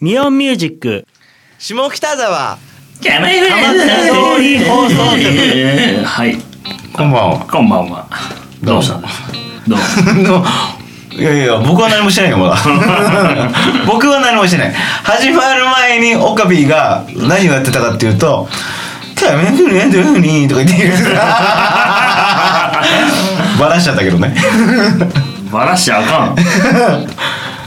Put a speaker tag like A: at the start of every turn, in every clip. A: ミオンミュージック
B: 下北沢
C: キャメフ
A: 通り放送
C: 局はい
D: こんばんは。
C: こんばんはどうしたんですかどうも
D: いやいや、僕は何もしてないよ、まだ。 僕は何もしてない。始まる前に、オカピーが何をやってたかっていうと、キャメンフルエンドルニーとか言ってる。 バラしちゃったけどね。
C: バラしちゃあかん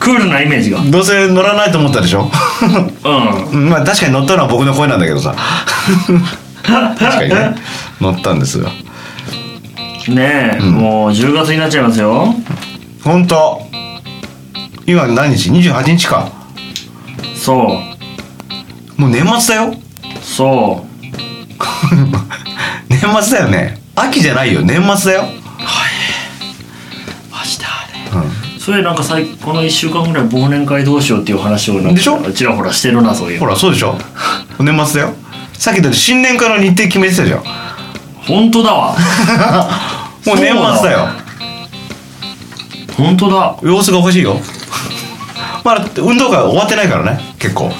C: クールなイメージが
D: どうせ乗らないと思ったでしょ
C: うん
D: まあ確かに乗ったのは僕の声なんだけどさ。 確かにね。乗ったんですが。
C: ねえ、もう10月になっちゃいますよ
D: ほんと。今何日 ?28 日か。
C: そ
D: もう年末だ よ。
C: うそう
D: 年末だよね。秋じゃないよ。年末だよ。
C: 明日ね、それなんか最この1週間ぐらい忘年会どうしようっていう話をなんか
D: でしょ
C: ちらほらしてるなそういう
D: ほらそうでしょ年末だよさっきだって新年から日程決めてたじ ゃんもう
C: 本当だわ
D: 年末だよ
C: 本当だ
D: 様子が欲しいよまだ運動会終わってないからね結構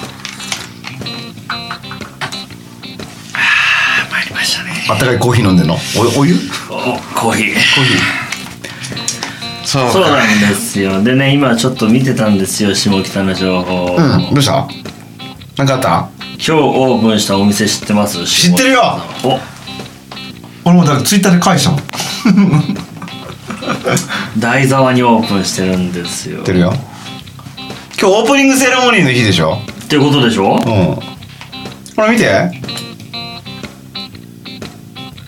C: あ参りましたね
D: あったかいコーヒー飲んでんのおお湯コーヒ
C: おコーヒー
D: ーそう
C: そうなんですよでね今ちょっと見てたんですよ下北の情報、
D: うんどうしたなんかあった
C: 今日オープンしたお店知ってます
D: 知ってるよ
C: お
D: 俺もだからツイッターで返したもん知
C: 台沢にオープンしてるんですよ
D: ってるよ今日オープニングセレモニーの日でしょ
C: ってことでしょ
D: うんほら見て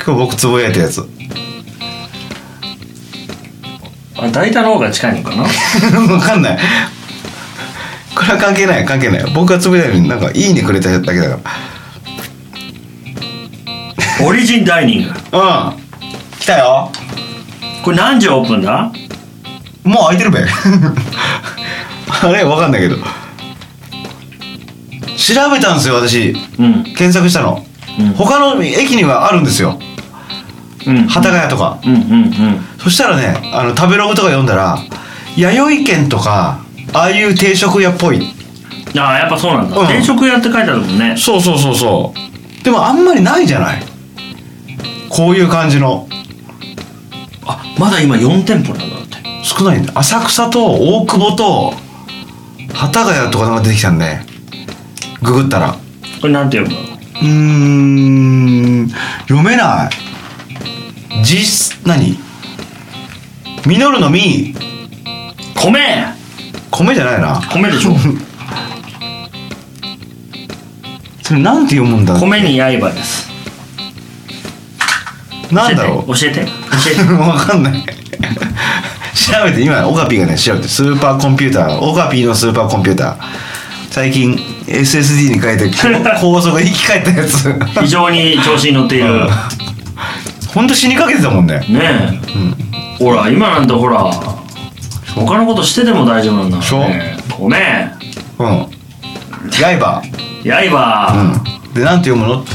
D: 今日僕つぶやいたやつ
C: あ大田の方が近いのか な
D: わかんないこれは関係ない関係ない僕がつぶやいたのになんか「いいね」くれただけだから
C: オリジンダイニング
D: うん来たよ
C: これ何時オープンだ
D: もう空いてるべ あれわかんないけど調べたんですよ私
C: うん
D: 検索したの、
C: うん
D: 他の駅にはあるんですよ
C: うん
D: 幡ヶ谷とか、
C: うんうんうん
D: そしたらねあの食べログとか読んだら弥生県とかああいう定食屋っぽい
C: ああやっぱそうなんだ、
D: うん
C: 定食屋って書いてあるもんね
D: そうそうそうそうでもあんまりないじゃないこういう感じの
C: あまだ今4店舗なんだって
D: 少ないんだ浅草と大久保と幡ヶ谷とかなんか出てきたんでググったらう
C: これなんて読むの
D: ーん読めない実何実るの実
C: 米
D: 米じゃないな
C: 米 でしょ
D: それなんて読むんだ
C: 米に刃です
D: なんだろう
C: 教えて教えて教えて
D: わかんない調べて今オカピーがね調べてスーパーコンピューターオカピーのスーパーコンピューター最近 SSD に変えてこ高速に生き返ったやつ
C: 非常に調子に乗っている
D: ほんと死にかけてたもんね
C: ねえ、ほら今なんてほら他のことしてても大丈夫なんだからね米
D: うん刃
C: 刃、
D: うんでなんて読むのって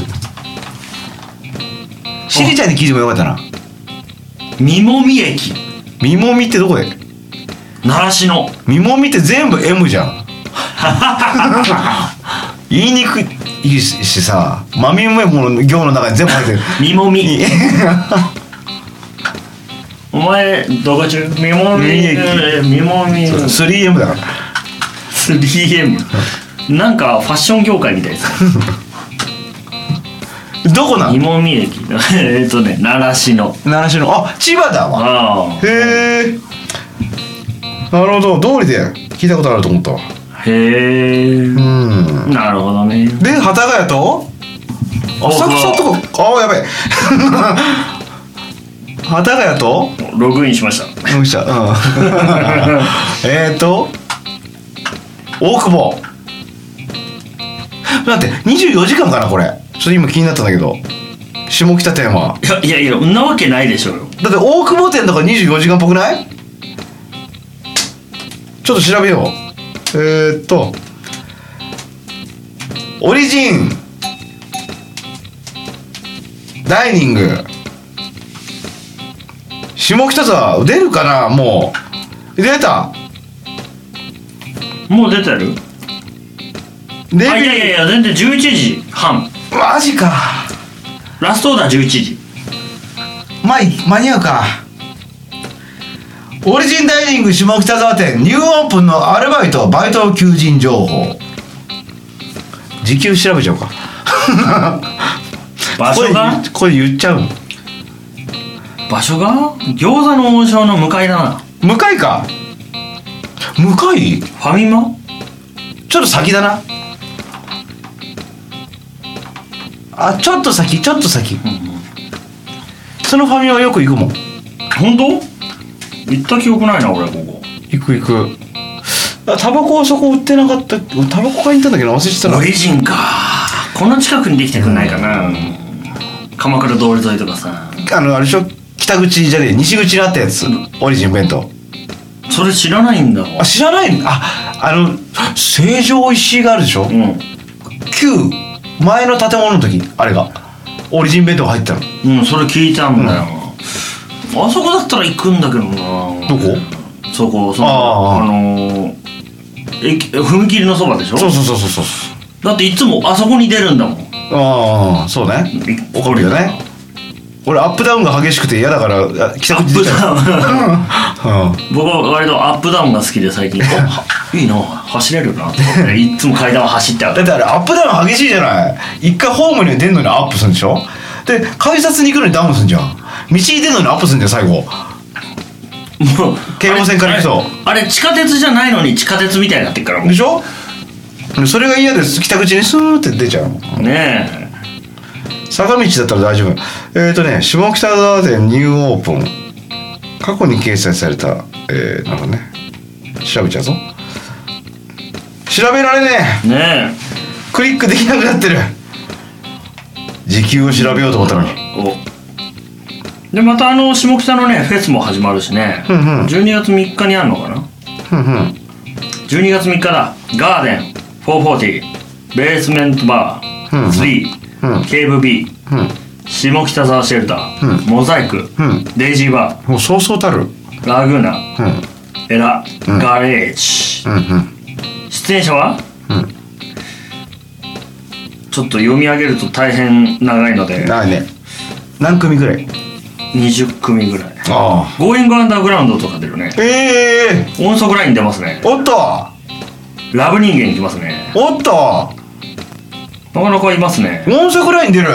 D: しりちゃんに聞いてもよかったな
C: みもみ駅
D: みもみってどこで
C: 習志野
D: みもみって全部 M じゃん言いにくいしさまみももの行の中に全部入ってる
C: みもみ
D: いい
C: お前どこ中みもみ
D: み
C: みもみ
D: 3M だから
C: 3M なんかファッション業界みたいですね
D: どこな
C: み
D: の
C: もみ駅 えっとね習志野
D: 習志野あ千葉だ
C: あ
D: わへえなるほど通りで聞いたことあると思ったわ
C: あへえ
D: うん
C: なるほどね
D: で幡ヶ谷と浅草とかあやべえ 幡ヶ谷と
C: ログインしました
D: よい しょうんえーと大久保だって24時間かなこれちょっと今気になったんだけど下北店はい
C: やいやいやそんなわけないでしょうよ
D: だって大久保店とか24時間っぽくないちょっと調べようえー、っとオリジンダイニング下北沢出るかなもう出た
C: もう出てる
D: デビュ
C: あいやいやい
D: ー
C: や全然11時半
D: マジか
C: ラストオーダー11時
D: まあ間に合うかオリジンダイニング下北沢店ニューオープンのアルバイトバイト求人情報時給調べちゃおうか
C: 場所が
D: これこれ言っちゃうもん
C: 場所が餃子の王将の向かいだな
D: 向かいか向かい
C: ファミマ
D: ちょっと先だなあちょっと先ちょっと先、そのファミはよく行くもん
C: 本当行った記憶ないな俺ここ
D: 行く行くあタバコはそこ売ってなかったタバコ買いに行ったんだけど忘れてたな
C: オリジンかこの近くにできてくんないかな、鎌倉通り沿いとかさ
D: あのあれでしょ北口じゃねえ西口にあったやつオリジン弁当
C: それ知らないんだ
D: あ知らないのああの成城石井があるでしょ、
C: うん
D: 旧前の建物の時あれがオリジン弁当入ったのど
C: うんそれ聞いたんだよ、あそこだったら行くんだけどな
D: こ
C: そこそのあ
D: ああ
C: のー駅踏切のそばでしょ
D: そうそうそうそうそう
C: だっていつもあそこに出るんだもん
D: ああそうね怒るよね俺アップダウンが激しくて嫌だからあ北
C: アッ
D: 口
C: プ
D: 自体
C: ダウン
D: うん
C: 僕は割とアップダウンが好きで最 近おいいな走れるなって思っていつも階段を走ってあ
D: だっ
C: る
D: てあれアップダウン激しいじゃない一回ホームに出るのにアップするんでしょで改札に行くのにダウンするんじゃん道に出るのにアップするんだよ最後
C: もう
D: 京王線から行くと
C: あれあれ地下鉄じゃないのに地下鉄みたいになってっからもう
D: でしょそれが嫌です北口にスーって出ちゃうの
C: ね
D: 坂道だったら大丈夫えっ、ー、とね下北沢店ニューオープン過去に掲載されたえー、なるほどね調べちゃうぞ調べられねえ
C: えね
D: クリックできなくなってる時給を調べようと思ったのに
C: えおでまたあの下北のねフェスも始まるしね、
D: うんうん
C: 12月3日にあるのかな
D: ふんふん
C: 12月3日だガーデン440ベースメントバ
D: うん
C: ー
D: うん
C: 3、
D: うん
C: ケーブ B
D: うん
C: 下北沢シェルター、
D: うん
C: モザイク、
D: うん
C: デイジーバ
D: もうそうそうたる
C: ーラグーナ
D: うん
C: エラ、
D: ん
C: ガレージ
D: うんうん
C: 出演者は、
D: うん
C: ちょっと読み上げると大変長いので
D: だね何組ぐらい
C: 20組ぐらい
D: ああ
C: ゴーイングアンダーグラウンドとか出るね
D: ええ
C: 音速ライン出ますね
D: おっと
C: ラブ人間いきますね
D: おっと
C: なかなかいますね
D: 音速ライン出る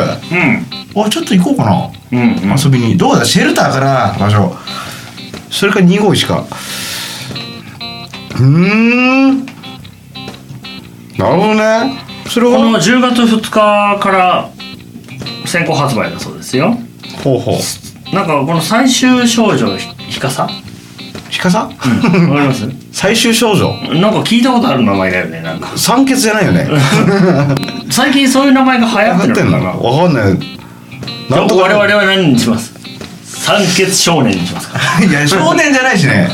C: うん
D: あちょっと行こうかな
C: うんうん
D: 遊びにどうだシェルターかな場所それか251かうーんなるほどねそれ
C: こ
D: は
C: の10月2日から先行発売だそうですよ
D: ほうほう
C: なんかこの最終少女ひかさ
D: ひかさ
C: わかり ます
D: 最終少女
C: なんか聞いたことある名前だよねなんか
D: 酸欠じゃないよね
C: 最近そういう名前が流行って
D: 分かって
C: る
D: ん
C: の
D: の
C: かな
D: わかんないなんとか
C: 我々は何にします酸欠少年にし ますか
D: いや少年じゃないしね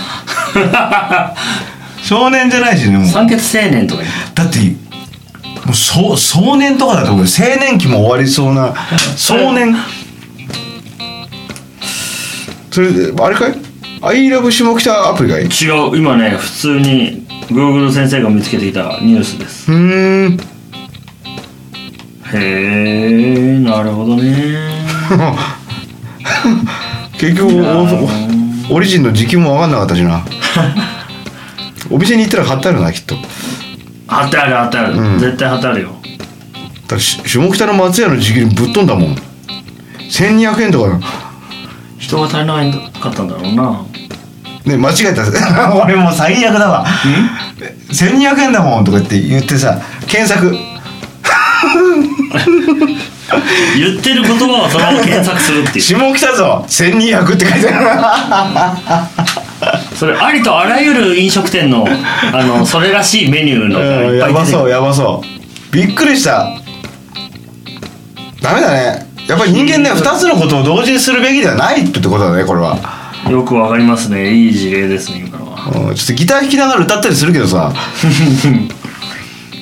D: 少年じゃないしねもう
C: 酸欠青年とか言う
D: だってもうそう少年とかだと思うよ青年期も終わりそうな少年それであれかい「アイラブ下北」アプリがいいう
C: 違う今ね普通に Google 先生が見つけていたニュースです
D: ーん
C: へえなるほどね
D: 結局オリジンの時期も分かんなかったしなお店に行ったら買ってあるなきっと
C: 貼ってある貼ってある、
D: うん
C: 絶対貼ってあるよ
D: だからし下北の松屋の時期にぶっ飛んだもん1200円とかよ
C: 人が足りなかったんだろうな
D: ね間違 えた俺もう最悪だわ1200円だもんとか言って言ってさ検索
C: 言ってる言葉をそのまま検索するっていう
D: 下北沢1200って書いてあ
C: それありとあらゆる飲食店のあのそれらしいメニュー のが
D: る、
C: いっぱ
D: や
C: い出
D: ば
C: てく
D: そう
C: る
D: やばそうびっくりしたダメだねやっぱり人間ね2つのことを同時にするべきではないってことだねこれは、
C: よくわかりますねいい事例ですね今のは
D: うん、ちょっとギター弾きながら歌ったりするけどさ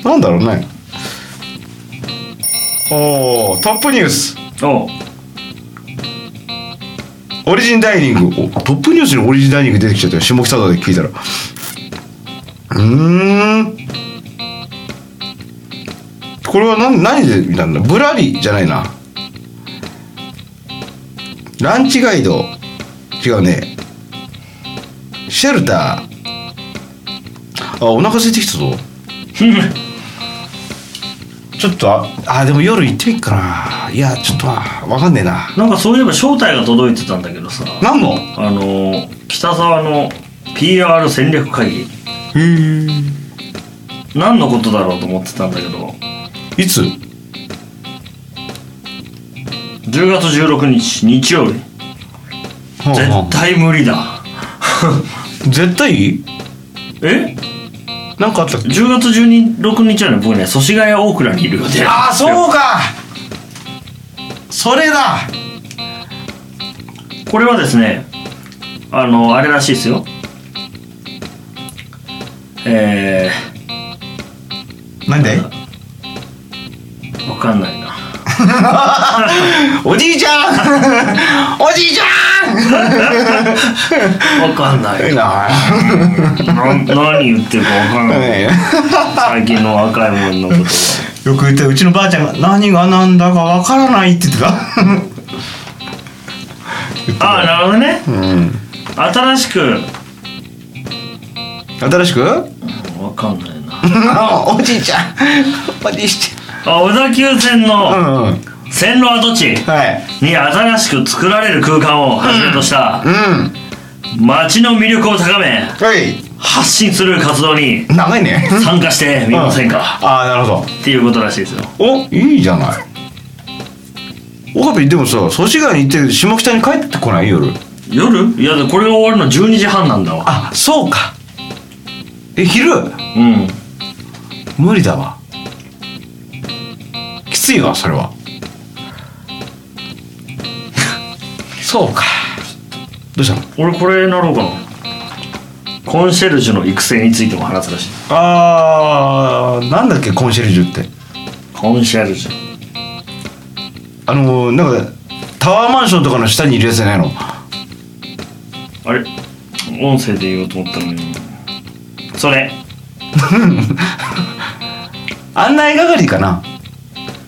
D: なんだろうねおートップニュース
C: おう
D: オリジンダイニングおトップニュースにオリジンダイニング出てきちゃったよ下北沢で聞いたらうーんこれは何何で見たんだぶらりじゃないなランチガイド違うねシェルターあお腹空いてきたぞちょっとああでも夜行ってみっかないやちょっとなわかんねえな
C: なんかそういえば招待が届いてたんだけどさ
D: 何の
C: あのー北沢の PR 戦略会議何のことだろうと思ってたんだけど
D: いつ
C: 10月16日日曜日絶対無理だ
D: 絶対
C: え
D: なんかあったっけ
C: ?10 月16日はね僕ね祖師ヶ谷大倉にいる予定
D: ああそうかそれだ
C: これはですねあのあれらしいですよえ
D: なんで
C: ー、わかんないな
D: おじいちゃん おじいちゃ
C: わか んなん
D: い
C: い
D: いな
C: な何言ってるかわかんない最近の若いもんのことは
D: よく言ったうちのばあちゃんが何が何だかわからないって言ってた
C: ああなるほどね
D: うん
C: 新しく
D: 新しく
C: わかんないな
D: おじいちゃんおじいち
C: あ小田急線
D: ゃん
C: の
D: うんうん
C: 線路跡地
D: はい
C: に新しく作られる空間をはじめとした
D: うん
C: 街の魅力を高め
D: はい
C: 発信する活動に
D: 長い ね
C: 参加してみませんか
D: ああなるほど
C: っていうことらしいですよ
D: おいいじゃない岡部でもさ祖師ヶ谷に行って下北に帰ってこない夜
C: 夜いやこれが終わるの12時半なんだわ
D: あそうかえ昼
C: うん
D: 無理だわきついわそれは そうかどうしたの
C: 俺これなろうかなコンシェルジュの育成についても話すらしい
D: あーなんだっけコンシェルジュって
C: コンシェルジュ
D: あのーなんかタワーマンションとかの下にいるやつじゃないの
C: あれ音声で言おうと思ったのにそれ
D: 案内係かな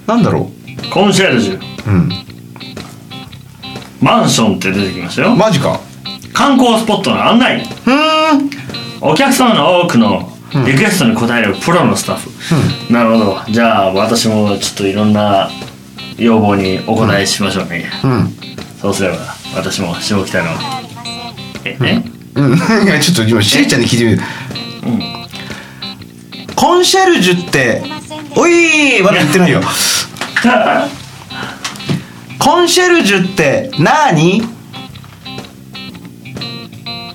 D: なんだろ
C: コンシェルジュ
D: ううん
C: マンションって出てきましたよ
D: マジか
C: 観光スポットの案内
D: うーん
C: お客様の多くのリクエストに応えるプロのスタッフ、なるほどじゃあ私もちょっといろんな要望にお答えしましょうね、
D: うん
C: そうすれば私も下北のえ、ね
D: うん、い やちょっと今しえちゃんに聞いてみる、コンシェルジュっておいまだ言ってないよコンシェルジュって何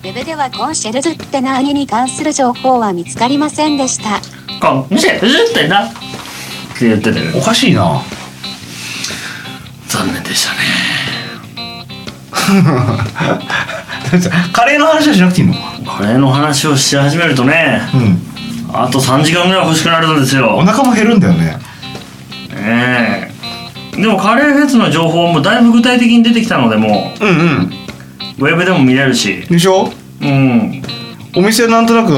E: ウェブではコンシェルジュって何に関する情報は見つかりませんでした。
C: こん店ってなって言ってたけ
D: お
C: ど
D: かしいな
C: 残念でしたね
D: カレーの話はしなくていいの
C: カレーの話をし始めるとね
D: うん
C: あと3時間ぐらい欲しくなるんですよ
D: お腹も減るんだよね
C: ええでもカレーフェスの情報もだいぶ具体的に出てきたのでも
D: うんうん
C: うウェブでも見れるし
D: でしょ
C: うん
D: お店なんとなく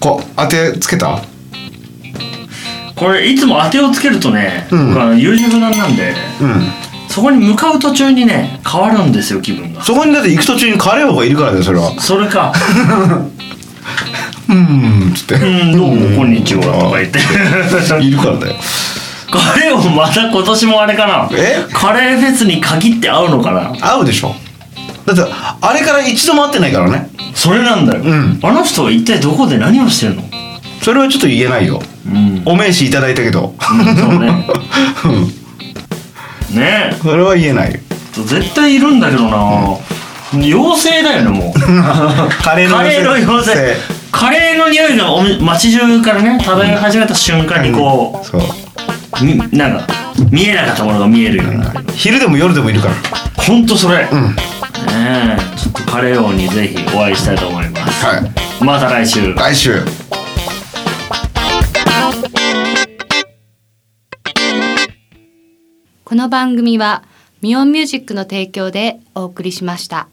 D: こう当てつけた
C: これいつも当てをつけるとね、
D: うん
C: 僕あの優柔不断なんで
D: うん
C: そこに向かう途中にね変わるんですよ気分が
D: そこにだって行く途中にカレー王がいるからだよそれは
C: それ か
D: うんつっ
C: 「
D: て
C: うんどうもこんにちは」とか言って
D: いるからだよ
C: カレーをまた今年もあれかな
D: え
C: カレーフェスに限って合うのかな
D: 合うでしょだってあれから一度も会ってないからね
C: それなんだよ、
D: うん
C: あの人は一体どこで何をしてるの
D: それはちょっと言えないよ
C: うん
D: お名刺いただいたけど
C: そう ねねえ
D: それは言えないよ
C: 絶対いるんだけどな、妖精だよねもう
D: カレ
C: カレーの妖精カレーの匂いがおみ街中からね漂い始めた瞬間にこ
D: そう
C: う、みなんか見えなかったものが見えるようになる
D: 昼でも夜でもいるから
C: ほんとそれ、
D: ん
C: ねえちょっとカレー王にぜひお会いしたいと思います
D: はい
C: また来週
D: 来週
F: この番組はミオンミュージックの提供でお送りしました。